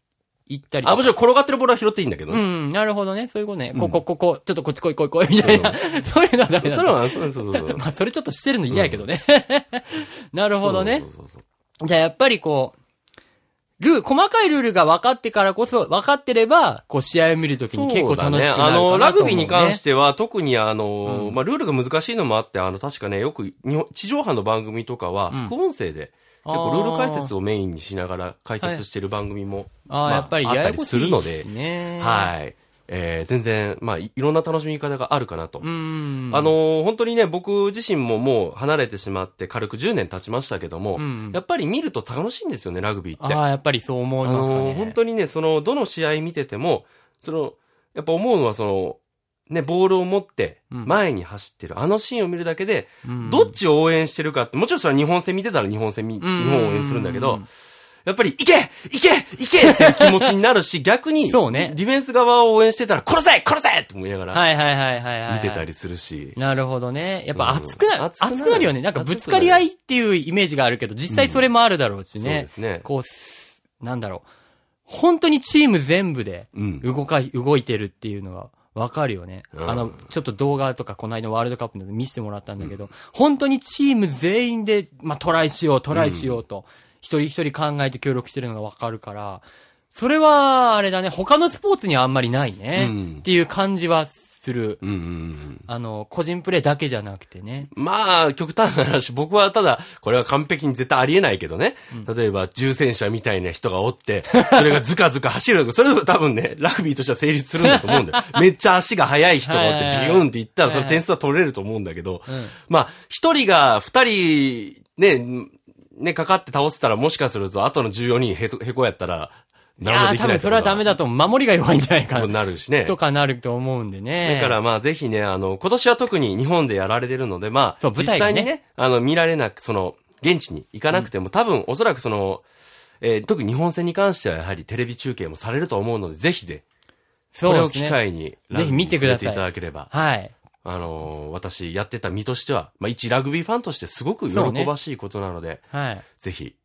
[SPEAKER 2] 行ったりとか。
[SPEAKER 1] もちろん転がってるボールは拾っていいんだけど
[SPEAKER 2] う
[SPEAKER 1] ね。
[SPEAKER 2] ん、なるほどね。そういうことね。
[SPEAKER 1] うん
[SPEAKER 2] ここ、ここ、ちょっとこっち来い来い来い、みたいな。 そういうのはダメだ。
[SPEAKER 1] それは、そうそうそう そう。
[SPEAKER 2] まあ、それちょっとしてるの嫌やけどね。 なるほどね
[SPEAKER 1] そう。そうそう
[SPEAKER 2] じゃあ、やっぱりこう、ルー、細かいルールが分かってからこそ、分かってれば、こう、試合を見るとき
[SPEAKER 1] そう
[SPEAKER 2] に結構楽しくなるかな
[SPEAKER 1] そう
[SPEAKER 2] と
[SPEAKER 1] だ
[SPEAKER 2] 思う、
[SPEAKER 1] ね
[SPEAKER 2] ね。
[SPEAKER 1] あの、ラグビーに関しては、特にあの、
[SPEAKER 2] うん
[SPEAKER 1] まあ、ルールが難しいのもあって、あの、確かね、よく、日本、地上波の番組とかは、
[SPEAKER 2] うん
[SPEAKER 1] 副音声で、
[SPEAKER 2] あー、
[SPEAKER 1] 結構ルール解説をメインにしながら解説してる番組も、
[SPEAKER 2] ああ、
[SPEAKER 1] まあ
[SPEAKER 2] やっぱり
[SPEAKER 1] あっ
[SPEAKER 2] や
[SPEAKER 1] た
[SPEAKER 2] や
[SPEAKER 1] り
[SPEAKER 2] こしい
[SPEAKER 1] するので
[SPEAKER 2] しね。
[SPEAKER 1] はい。えー全然、まあ、いいろんな楽しみ方があるかなと。
[SPEAKER 2] うん。
[SPEAKER 1] あ、のー本当にね、僕自身ももう離れてしまって軽く10年経ちましたけども、
[SPEAKER 2] うん
[SPEAKER 1] やっぱり見ると楽しいんですよね、ラグビーって。
[SPEAKER 2] ああ、やっぱりそう思い
[SPEAKER 1] あ
[SPEAKER 2] ますかね。
[SPEAKER 1] のー本当にね、その、どの試合見てても、その、やっぱ思うのはその、ね、ボールを持って、
[SPEAKER 2] うん
[SPEAKER 1] 前に走ってる、あのシーンを見るだけで、
[SPEAKER 2] うん
[SPEAKER 1] どっちを応援してるかって、もちろんそれは日本戦見てたら日本戦見、日
[SPEAKER 2] うん
[SPEAKER 1] 本を応援するんだけど、やっぱり、行け行け行けっていう気持ちになる し、逆に、
[SPEAKER 2] そうね
[SPEAKER 1] ディフェンス側を応援してたら、殺せ殺せって思いながら、
[SPEAKER 2] はいはいはいはいはい。
[SPEAKER 1] 見てたりするし。
[SPEAKER 2] なるほどね。やっ
[SPEAKER 1] う
[SPEAKER 2] ぱ
[SPEAKER 1] ん
[SPEAKER 2] 熱くな、
[SPEAKER 1] 熱くなる
[SPEAKER 2] 熱くなるよね。なんかぶつかり合いっていうイメージがあるけど、実際それもあるだろうし
[SPEAKER 1] そうで
[SPEAKER 2] ね。
[SPEAKER 1] すね。
[SPEAKER 2] こうす、なんだろう。本当にチーム全部で
[SPEAKER 1] うん。
[SPEAKER 2] 動か、動いてるっていうのがわかるよね。
[SPEAKER 1] うん
[SPEAKER 2] あの、ちょっと動画とかこの間のワールドカップで見せてもらったんだけど、本当にチーム全員で、まあ、トライしよう、トライしようと、一人一人考えて協力してるのがわかるから、それは、あれだね、他のスポーツにはあんまりないね。
[SPEAKER 1] うん
[SPEAKER 2] っていう感じはする。
[SPEAKER 1] うんうんうん。
[SPEAKER 2] あの、個人プレーだけじゃなくてね。
[SPEAKER 1] まあ、極端な話、僕はただ、これは完璧に絶対ありえないけどね。例えば、重戦車みたいな人がおって、それがズカズカ走る。それでも多分ね、ラグビーとしては成立するんだと思うん だよ。めっちゃ足が速い人がおって
[SPEAKER 2] はいはい、はい
[SPEAKER 1] ビューンっていったら、それ
[SPEAKER 2] はいはい
[SPEAKER 1] 点数は取れると思うんだけど、
[SPEAKER 2] うん。
[SPEAKER 1] まあ、一人が二人、ね、ね、かかって倒せたら、もしかすると、後の14人へと、へこやったら、
[SPEAKER 2] いや
[SPEAKER 1] 何も
[SPEAKER 2] ー
[SPEAKER 1] でき
[SPEAKER 2] 多
[SPEAKER 1] ない
[SPEAKER 2] 分それはダメ
[SPEAKER 1] だ
[SPEAKER 2] だと思う。守りが弱いんじゃないか
[SPEAKER 1] と
[SPEAKER 2] な。
[SPEAKER 1] なるしね。
[SPEAKER 2] とかなると思うんでね。
[SPEAKER 1] だからまあぜひね、あの、今年は特に日本でやられてるので、まあ、
[SPEAKER 2] そう
[SPEAKER 1] 実
[SPEAKER 2] 舞台が
[SPEAKER 1] 際
[SPEAKER 2] ね
[SPEAKER 1] にね、あの、見られなく、その、現地に行かなくても、多分おそらくその、えー特に日本戦に関してはやはりテレビ中継もされると思うので、ぜひで、
[SPEAKER 2] そ
[SPEAKER 1] こ
[SPEAKER 2] う
[SPEAKER 1] れを
[SPEAKER 2] です
[SPEAKER 1] 機
[SPEAKER 2] ね。
[SPEAKER 1] 会に、
[SPEAKER 2] ぜひ見てくだ
[SPEAKER 1] ラグ
[SPEAKER 2] さい
[SPEAKER 1] ビーに触れていただければ、
[SPEAKER 2] はい。
[SPEAKER 1] あのー私やってた身としては、まあ一ラグビーファンとしてすごく喜
[SPEAKER 2] そうね
[SPEAKER 1] ばしいことなので、
[SPEAKER 2] はい。
[SPEAKER 1] ぜひ、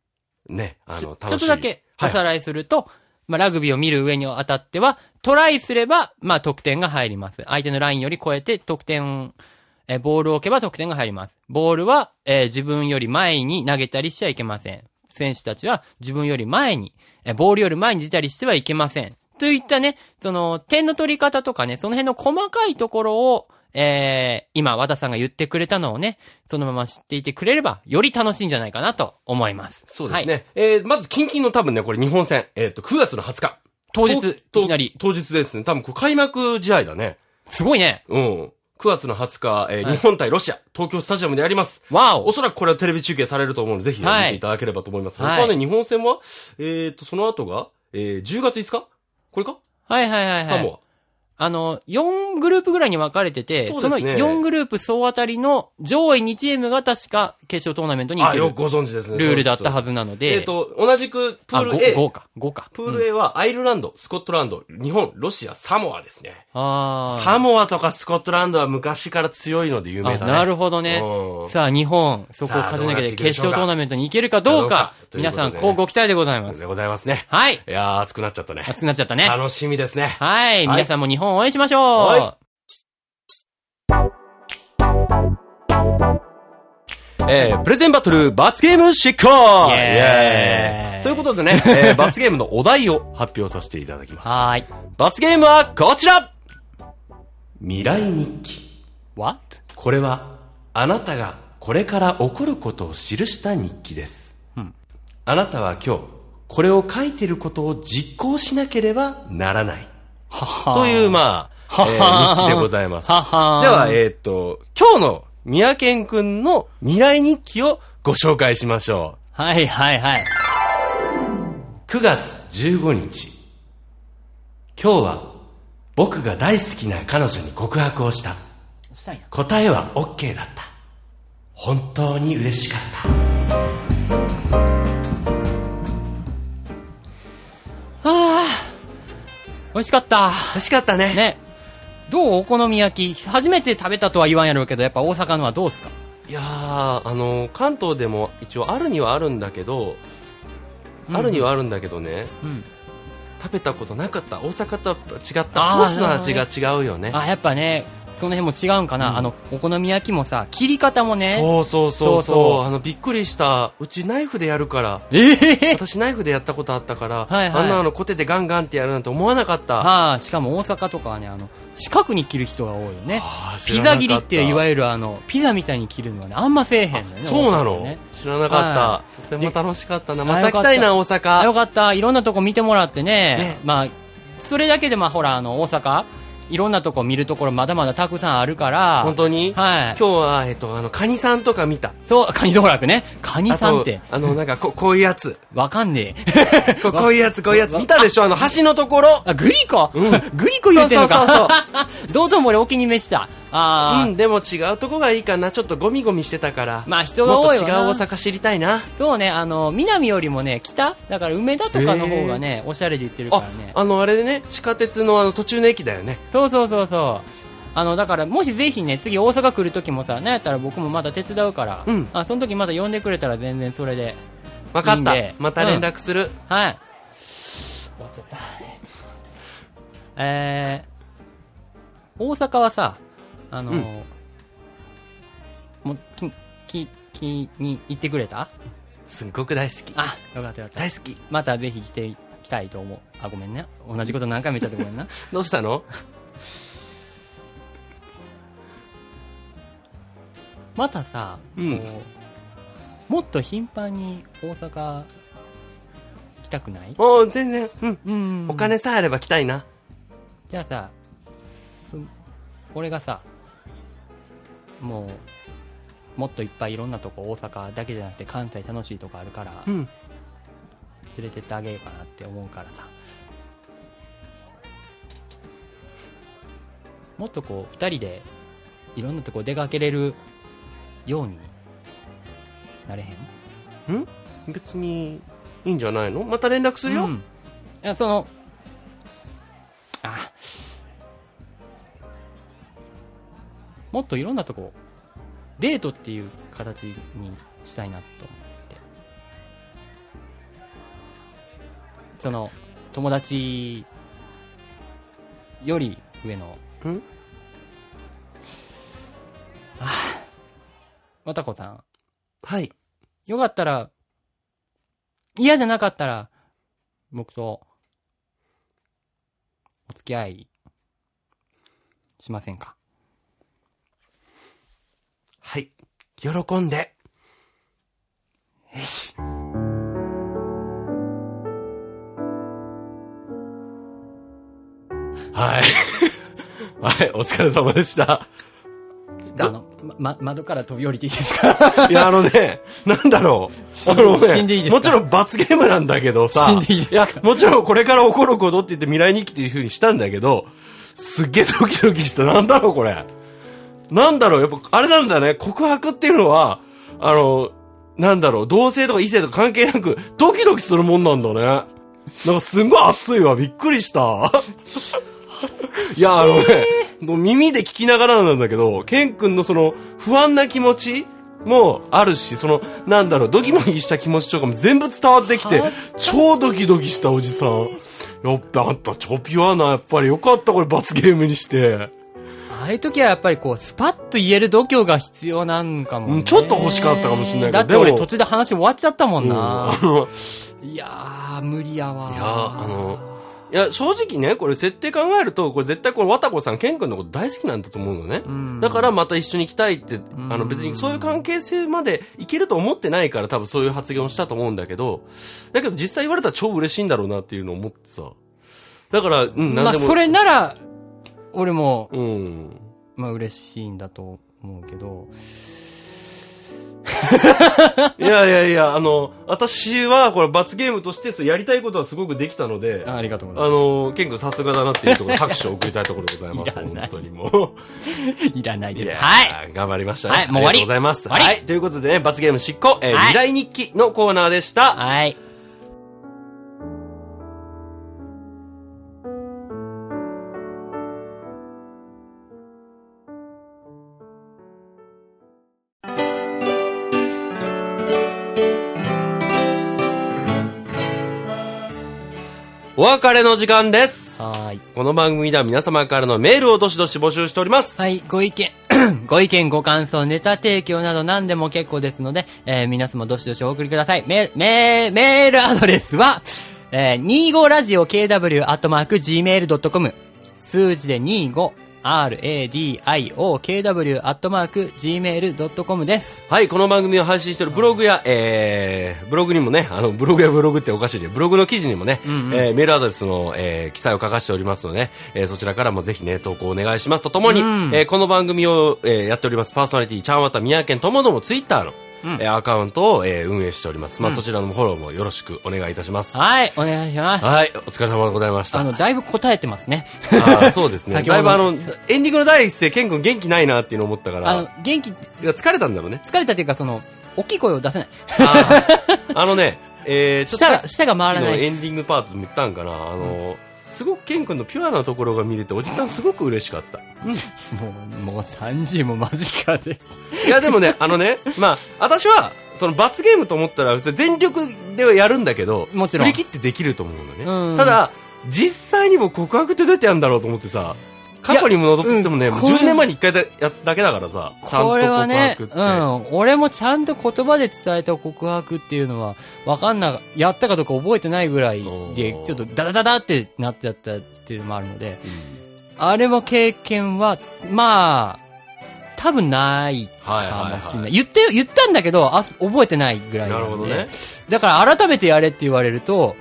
[SPEAKER 1] ね、あ
[SPEAKER 2] ち
[SPEAKER 1] の、
[SPEAKER 2] ょ
[SPEAKER 1] 楽しい。
[SPEAKER 2] ちょっとだけお
[SPEAKER 1] はい
[SPEAKER 2] さらいすると、まあ、ラグビーを見る上にあたっては、トライすれば、まあ、得点が入ります。相手のラインより超えて、得点、えーボールを置けば得点が入ります。ボールは、えー自分より前に投げたりしちゃいけません。選手たちは自分より前に、えーボールより前に出たりしてはいけません。といったね、その、点の取り方とかね、その辺の細かいところを、えー今、和田さんが言ってくれたのをね、そのまま知っていてくれれば、より楽しいんじゃないかなと思います。
[SPEAKER 1] そうです
[SPEAKER 2] はい
[SPEAKER 1] ね。えーまず、近々の多分ね、これ日本戦、えっ、と、9月の20日。
[SPEAKER 2] 当日、い
[SPEAKER 1] と
[SPEAKER 2] きなり。
[SPEAKER 1] 当日ですね。多分、これ開幕試合だね。
[SPEAKER 2] すごいね。
[SPEAKER 1] うん。9月の20日、えー
[SPEAKER 2] はい
[SPEAKER 1] 日本対ロシア、東京スタジアムでやります。
[SPEAKER 2] わ
[SPEAKER 1] お
[SPEAKER 2] お。
[SPEAKER 1] そらくこれはテレビ中継されると思うので、ぜひね、
[SPEAKER 2] はい
[SPEAKER 1] 見ていただければと思います。
[SPEAKER 2] はい
[SPEAKER 1] 他はね、日本戦は、えっ、と、その後が、えー10月5日これか、
[SPEAKER 2] はいはいはいは
[SPEAKER 1] サ
[SPEAKER 2] い。
[SPEAKER 1] モ
[SPEAKER 2] あの、4グループぐらいに分かれてて、
[SPEAKER 1] そうで
[SPEAKER 2] そ
[SPEAKER 1] す
[SPEAKER 2] の
[SPEAKER 1] ね
[SPEAKER 2] 4グループ総当たりの上位2チームが確か決勝トーナメントに
[SPEAKER 1] ア。
[SPEAKER 2] 行
[SPEAKER 1] あ、
[SPEAKER 2] け
[SPEAKER 1] よ
[SPEAKER 2] る
[SPEAKER 1] くご存知ですね。
[SPEAKER 2] ルールだった
[SPEAKER 1] ず。
[SPEAKER 2] はずなの
[SPEAKER 1] えっ、
[SPEAKER 2] で、
[SPEAKER 1] と、同じく、プー
[SPEAKER 2] あ、
[SPEAKER 1] ル
[SPEAKER 2] 5,
[SPEAKER 1] A。
[SPEAKER 2] か、5か。
[SPEAKER 1] プー
[SPEAKER 2] う
[SPEAKER 1] ル
[SPEAKER 2] ん
[SPEAKER 1] A は、アイルランド、スコットランド、日本、ロシア、サモアですね。
[SPEAKER 2] あー
[SPEAKER 1] サモアとかスコットランドは昔から強いので有名
[SPEAKER 2] あ、
[SPEAKER 1] だね。
[SPEAKER 2] なるほどね。
[SPEAKER 1] うん
[SPEAKER 2] さあ、日本、そこを
[SPEAKER 1] さあ
[SPEAKER 2] 勝ち抜
[SPEAKER 1] どうな
[SPEAKER 2] け
[SPEAKER 1] ってていくで
[SPEAKER 2] 決
[SPEAKER 1] しょうか
[SPEAKER 2] 勝トーナメントに行けるか
[SPEAKER 1] ど
[SPEAKER 2] どうか、
[SPEAKER 1] うかというこ
[SPEAKER 2] 皆
[SPEAKER 1] とで
[SPEAKER 2] さん、こうご期待でございます。
[SPEAKER 1] でございますね。
[SPEAKER 2] はい。
[SPEAKER 1] いやー、熱くなっちゃったね。
[SPEAKER 2] 熱くなっちゃったね。
[SPEAKER 1] 楽しみですね。
[SPEAKER 2] はい。皆さんも日本を応援しましょう。
[SPEAKER 1] はえー、プレゼンバトル罰ゲーム執行
[SPEAKER 2] イエーイ
[SPEAKER 1] ということでね、え ー、罰ゲームのお題を発表させていただきます。
[SPEAKER 2] はーい。
[SPEAKER 1] 罰ゲームはこちら未来日記。
[SPEAKER 2] What?
[SPEAKER 1] これは、あなたがこれから起こることを記した日記です。
[SPEAKER 2] うん
[SPEAKER 1] あなたは今日、これを書いてることを実行しなければならない。
[SPEAKER 2] はは
[SPEAKER 1] という、 まあ、え
[SPEAKER 2] は
[SPEAKER 1] ー、
[SPEAKER 2] は
[SPEAKER 1] 日記でございます。で
[SPEAKER 2] はは
[SPEAKER 1] は、えーっと、今日の三宅くんの未来日記をご紹介しましょう。
[SPEAKER 2] はいはいはい。
[SPEAKER 1] 9月15日今日は僕が大好きな彼女に告白をした。
[SPEAKER 2] したんや。
[SPEAKER 1] 答えは OK だった。本当に嬉しかった。
[SPEAKER 2] 美味しかった。
[SPEAKER 1] 欲しかったね。
[SPEAKER 2] ね。どうお好み焼き。初めて食べたとは言わんやろうけど、やっぱ大阪のはどうっすか
[SPEAKER 1] いやー、あの、関東でも一応あるにはあるんだけど、あるにはあるんだけどね、
[SPEAKER 2] うん。
[SPEAKER 1] 食べたことなかった。大阪とは違った。ソ
[SPEAKER 2] あー
[SPEAKER 1] ースの味が違うよね。
[SPEAKER 2] あ、やっぱね、その辺も違うんかな。あの、お好み焼きもさ、切り方もね。
[SPEAKER 1] そうそうそうそう
[SPEAKER 2] そうそう
[SPEAKER 1] あのびっくりしたうちナイフでやるから
[SPEAKER 2] ええ
[SPEAKER 1] 私ナイフでやったことあったから、
[SPEAKER 2] はいはい
[SPEAKER 1] あんなのコテでガンガンってやるなんて思わなかった、
[SPEAKER 2] はあ、しかも大阪とかはね、あの、四角に切る人が多いよね。
[SPEAKER 1] あー知
[SPEAKER 2] ピ
[SPEAKER 1] らなか
[SPEAKER 2] ザ
[SPEAKER 1] った
[SPEAKER 2] 切りっていわゆるあの、ピザみたいに切るのはね、あんませえへんのよね。
[SPEAKER 1] そうなの、
[SPEAKER 2] 大阪ね
[SPEAKER 1] 知らなかった、
[SPEAKER 2] は
[SPEAKER 1] とても楽しかったな
[SPEAKER 2] で
[SPEAKER 1] また来たいな大
[SPEAKER 2] あよ
[SPEAKER 1] 阪
[SPEAKER 2] かった。いろんなとこ見てもらってね。
[SPEAKER 1] ね
[SPEAKER 2] まあ、それだけでまあ、ほら、あの、大阪、いろんなとこ見るところまだまだたくさんあるから。
[SPEAKER 1] 本当に、
[SPEAKER 2] はい。
[SPEAKER 1] 今日は、えっと、あの、カニさんとか見た。
[SPEAKER 2] そう、カニ道楽ね。カニ
[SPEAKER 1] あ
[SPEAKER 2] さんっ
[SPEAKER 1] と
[SPEAKER 2] て、、
[SPEAKER 1] あの、なんか、 こ、こういうやつ。
[SPEAKER 2] わかんねえ。
[SPEAKER 1] こ、こういうやつ、こういうやつ。見たでしょあの、橋のところ。
[SPEAKER 2] あ、グリコ、
[SPEAKER 1] うん
[SPEAKER 2] グリコ言うてんのか。
[SPEAKER 1] そうそうそう
[SPEAKER 2] どうとも俺お気に召した。あ
[SPEAKER 1] う
[SPEAKER 2] ー、
[SPEAKER 1] ん、でも違うとこがいいかな。ちょっとゴミゴミしてたから。
[SPEAKER 2] まあ人が多いわ
[SPEAKER 1] も
[SPEAKER 2] な
[SPEAKER 1] っと違う大阪知りたいな。
[SPEAKER 2] そうね、あの、南よりもね、北だから梅田とかの方がね、おしゃれで言ってるから
[SPEAKER 1] あ
[SPEAKER 2] ね、。
[SPEAKER 1] あの、あれでね、地下鉄のあの、途中の駅だよね。
[SPEAKER 2] そうそうそうそう。あの、だから、もしぜひね、次大阪来る時もさ、なんやったら僕もまた手伝うから、
[SPEAKER 1] うん
[SPEAKER 2] あ、その時また呼んでくれたら全然それで。
[SPEAKER 1] わか
[SPEAKER 2] いい
[SPEAKER 1] っ
[SPEAKER 2] ん
[SPEAKER 1] た
[SPEAKER 2] で。
[SPEAKER 1] また連絡する。
[SPEAKER 2] はい。終わっちゃった。えー、大阪はさ、あのーもう、き、き、きに行ってくれた
[SPEAKER 1] すっごく大好き。
[SPEAKER 2] あ、よかったよかった。
[SPEAKER 1] 大好き。
[SPEAKER 2] またぜひ来ていきたいと思う。あ、ごめんね。同じこと何回も言っちゃってごめんな。
[SPEAKER 1] どうしたの
[SPEAKER 2] またさ、
[SPEAKER 1] うん
[SPEAKER 2] こうもっと頻繁に大阪来たくない
[SPEAKER 1] もう、全然、うん。
[SPEAKER 2] うん
[SPEAKER 1] お金さえあれば来たいな。
[SPEAKER 2] じゃあさ、す俺がさ、もう、もっといっぱいいろんなとこ大阪だけじゃなくて関西楽しいとこあるから
[SPEAKER 1] う、ん。
[SPEAKER 2] 連れてってあげようかなって思うからさ。もっとこう、二人でいろんなとこ出かけれるようになれへん
[SPEAKER 1] 別に、いいんじゃないのまた連絡するよ。
[SPEAKER 2] うん、いやそのあもっといろんなとこデートっていう形にしたいなと思ってその友達より上の
[SPEAKER 1] うん
[SPEAKER 2] わたこさん
[SPEAKER 1] はい。
[SPEAKER 2] よかったら、嫌じゃなかったら、僕と、お付き合い、しませんか
[SPEAKER 1] はい。喜んで。
[SPEAKER 2] よし。
[SPEAKER 1] はい。 はい、お疲れ様でした。
[SPEAKER 2] あの、ま、窓から飛び降りていいですか
[SPEAKER 1] いや、あのね、なんだろう。あのね、
[SPEAKER 2] 死んでいいですか
[SPEAKER 1] もちろん罰ゲームなんだけどさ。
[SPEAKER 2] 死んでいいですか
[SPEAKER 1] や、もちろんこれから起こることって言って未来日記っていう風にしたんだけど、すっげえドキドキした。なんだろう、これ。なんだろう、やっぱ、あれなんだね。告白っていうのは、あの、なんだろう、同性とか異性とか関係なく、ドキドキするもんなんだね。なんかすんごい熱いわ。びっくりした。いや、あのね、耳で聞きながらなんだけど、ケン君のその不安な気持ちもあるし、その、なんだろう、ドキドキした気持ちとかも全部伝わってきて
[SPEAKER 2] はあ、
[SPEAKER 1] 超ドキドキしたおじさん。やっぱあんた超ピュアな、やっぱりよかった、これ罰ゲームにして。
[SPEAKER 2] ああいう時はやっぱりこう、スパッと言える度胸が必要なんかもね、
[SPEAKER 1] うんちょっと欲しかったかもしんないけど
[SPEAKER 2] だって
[SPEAKER 1] でも
[SPEAKER 2] 俺途中で話終わっちゃったもん
[SPEAKER 1] あ
[SPEAKER 2] な。
[SPEAKER 1] の
[SPEAKER 2] いやー、無理やわ。
[SPEAKER 1] いやあの、いや、正直ね、これ設定考えると、これ絶対このわたこさん、ケン君のこと大好きなんだと思うのね。
[SPEAKER 2] うん
[SPEAKER 1] だからまた一緒に行きたいって、
[SPEAKER 2] ん
[SPEAKER 1] あの別にそういう関係性までいけると思ってないから多分そういう発言をしたと思うんだけど、だけど実際言われたら超嬉しいんだろうなっていうのを思ってさ。だから、うん、な
[SPEAKER 2] ま
[SPEAKER 1] ん
[SPEAKER 2] あ、
[SPEAKER 1] でも。
[SPEAKER 2] それなら、俺も、
[SPEAKER 1] うん。
[SPEAKER 2] まあ嬉しいんだと思うけど、
[SPEAKER 1] いやいやいや、あの、私は、これ罰ゲームとして、そうやりたいことはすごくできたので、
[SPEAKER 2] あありがとうござ
[SPEAKER 1] あ
[SPEAKER 2] い
[SPEAKER 1] の、ケン君さすがだなっていうところ、拍手を送りたいところでございま
[SPEAKER 2] い
[SPEAKER 1] す。
[SPEAKER 2] らない
[SPEAKER 1] 本当にも。
[SPEAKER 2] ます。いらないう
[SPEAKER 1] い
[SPEAKER 2] で
[SPEAKER 1] や
[SPEAKER 2] す。はい。
[SPEAKER 1] い。頑張りましたね。
[SPEAKER 2] はいもう終わり
[SPEAKER 1] ありがとうございます。
[SPEAKER 2] 終わり
[SPEAKER 1] はい。ということでね、罰ゲーム執行、えー
[SPEAKER 2] はい
[SPEAKER 1] 未来日記のコーナーでした。
[SPEAKER 2] はい。
[SPEAKER 1] お別れの時間です。
[SPEAKER 2] はい。
[SPEAKER 1] この番組では皆様からのメールをどしどし募集しております。
[SPEAKER 2] はい、ご意見、 ご意見、ご感想、ネタ提供など何でも結構ですので、えー、皆様どしどしお送りください。メール、メール、メールアドレスは、えー、25radio.kw.gmail.com 数字で 25radio.kw.gmail.com です。
[SPEAKER 1] はい、この番組を配信しているブログや、えー、ブログにもね、あの、ブログやブログっておかしいね。ブログの記事にもね、えーメールアドレスの、えー記載を書かしておりますので、えーそちらからもぜひね、投稿お願いしますとともに、
[SPEAKER 2] うん
[SPEAKER 1] えーこの番組を、えーやっておりますパーソナリティ、ちゃんわたみやけんともどもツイッターの、
[SPEAKER 2] うん
[SPEAKER 1] えーアカウントを、えー運営しております。まあ、
[SPEAKER 2] うん
[SPEAKER 1] そちらのフォローもよろしくお願いいたします。は
[SPEAKER 2] はい、お願いします。
[SPEAKER 1] い、お疲れ様でございました。
[SPEAKER 2] あ
[SPEAKER 1] あ
[SPEAKER 2] の、だいぶ答えてますね。
[SPEAKER 1] ーそうですね。
[SPEAKER 2] 先ほ
[SPEAKER 1] だ
[SPEAKER 2] ど
[SPEAKER 1] いぶあの、エンディングの第一声、ケン君元気ないなっていうのを思ったか
[SPEAKER 2] あ
[SPEAKER 1] ら
[SPEAKER 2] の、、元気、
[SPEAKER 1] いや疲れたんだろうね。
[SPEAKER 2] 疲れたというか、その、大きい声を出せない。
[SPEAKER 1] あーあのね、えー、ちょっと
[SPEAKER 2] 舌が、舌が回ら
[SPEAKER 1] の
[SPEAKER 2] ない。
[SPEAKER 1] エンディングパートでも言ったんかな、あの、すごくケン君のピュアなところが見れて、おじさんすごく嬉しかった。
[SPEAKER 2] もう、もう30も間近で。
[SPEAKER 1] いや、でも ね、あのね、まあ、私は、その罰ゲームと思ったら、全力ではやるんだけど、
[SPEAKER 2] もちろん
[SPEAKER 1] 振り切ってできると思うのね。
[SPEAKER 2] うん
[SPEAKER 1] ただ、実際にも告白ってどうやってやるんだろうと思ってさ、過去にも覗ってもね、
[SPEAKER 2] いやうんこれ
[SPEAKER 1] 10年前に1回だやだけだからさ、ちゃんと
[SPEAKER 2] これ
[SPEAKER 1] 告
[SPEAKER 2] はね、
[SPEAKER 1] 白って。
[SPEAKER 2] うん、俺もちゃんと言葉で伝えた告白っていうのは、わかんな、やったかどうか覚えてないぐらいで、
[SPEAKER 1] おー
[SPEAKER 2] ちょっとダダダダってなっちゃったっていうのもあるので、
[SPEAKER 1] うん
[SPEAKER 2] あれも経験は、まあ、多分ない
[SPEAKER 1] はい
[SPEAKER 2] かもし
[SPEAKER 1] はい
[SPEAKER 2] れ
[SPEAKER 1] は
[SPEAKER 2] ない。
[SPEAKER 1] い。
[SPEAKER 2] 言って、言ったんだけど、あ覚えてないぐらい
[SPEAKER 1] なん
[SPEAKER 2] で
[SPEAKER 1] るほどね。
[SPEAKER 2] だから改めてやれって言われると、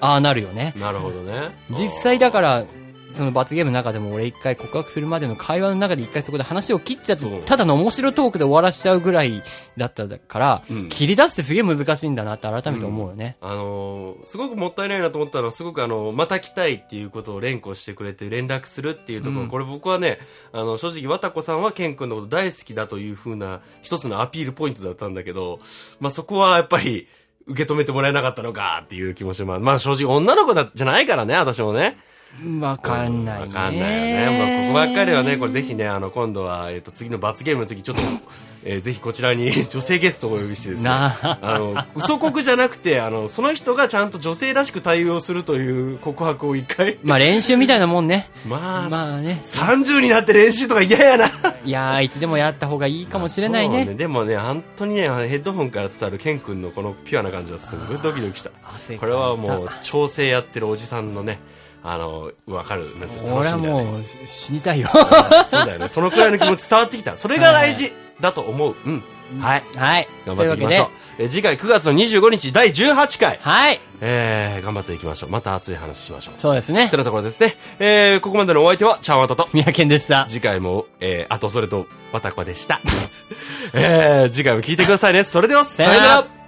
[SPEAKER 2] ああなるよね。
[SPEAKER 1] なるほどね。、
[SPEAKER 2] 実際だからら、その罰ゲームの中でも俺一回告白するまでの会話の中で一回そこで話を切っちゃっ
[SPEAKER 1] そう
[SPEAKER 2] て、ただの面白トークで終わらしちゃうぐらいだったから、
[SPEAKER 1] うん
[SPEAKER 2] 切り出すってすげえ難しいんだなって改めて思うよね。
[SPEAKER 1] あのーすごくもったいないなと思ったのは、すごくあの、また来たいっていうことを連呼してくれて連絡するっていうところ、
[SPEAKER 2] うん
[SPEAKER 1] これ僕はね、あの、正直、わたこさんはケン君のこと大好きだというふうな、一つのアピールポイントだったんだけど、まあ、そこはやっぱり、受け止めてもらえなかったのかっていう気もします。まあ、正直、女の子だ、じゃないからね、私もね。
[SPEAKER 2] わかんないね。
[SPEAKER 1] わかんないよね。まあ、ここばっかりはね、これぜひね、あの、今度は、えっ、と、次の罰ゲームの時、ちょっと、えーぜひこちらに女性ゲストをお呼びしてですね。
[SPEAKER 2] なあ
[SPEAKER 1] あの、嘘告じゃなくて、あの、その人がちゃんと女性らしく対応するという告白を一回。
[SPEAKER 2] まあ練習みたいなもんね。
[SPEAKER 1] まあ、
[SPEAKER 2] まあね
[SPEAKER 1] 30になって練習とか嫌やな。
[SPEAKER 2] いやー、いつでもやった方がいいかもしれない
[SPEAKER 1] そう
[SPEAKER 2] ね。
[SPEAKER 1] でもね、本当にね、あのヘッドホンから伝わるケン君のこのピュアな感じはすごいドキドキした。
[SPEAKER 2] 汗か
[SPEAKER 1] こ
[SPEAKER 2] い
[SPEAKER 1] れ
[SPEAKER 2] た
[SPEAKER 1] はもう、調整やってるおじさんのね、あの、わかる、なんていうの、楽
[SPEAKER 2] 俺
[SPEAKER 1] し
[SPEAKER 2] は
[SPEAKER 1] みだよね。
[SPEAKER 2] もう死にたいよ。
[SPEAKER 1] そうだよね。そのくらいの気持ち伝わってきた。それが大事だと思う。うん。はい。
[SPEAKER 2] はい。
[SPEAKER 1] 頑張っていきまし
[SPEAKER 2] と
[SPEAKER 1] ょ
[SPEAKER 2] いうわけで。
[SPEAKER 1] えー次回9月の25日第18回。
[SPEAKER 2] はい。
[SPEAKER 1] えー、頑張っていきましょう。また熱い話しましょう。
[SPEAKER 2] そうですね
[SPEAKER 1] て。なところですね。えー、ここまでのお相手は、ちゃんわたと。
[SPEAKER 2] 宮健でした。
[SPEAKER 1] 次回も、えー、あとそれと、わたこでした。えー、次回も聞いてくださいね。それでは、さような
[SPEAKER 2] さよ
[SPEAKER 1] ら
[SPEAKER 2] なら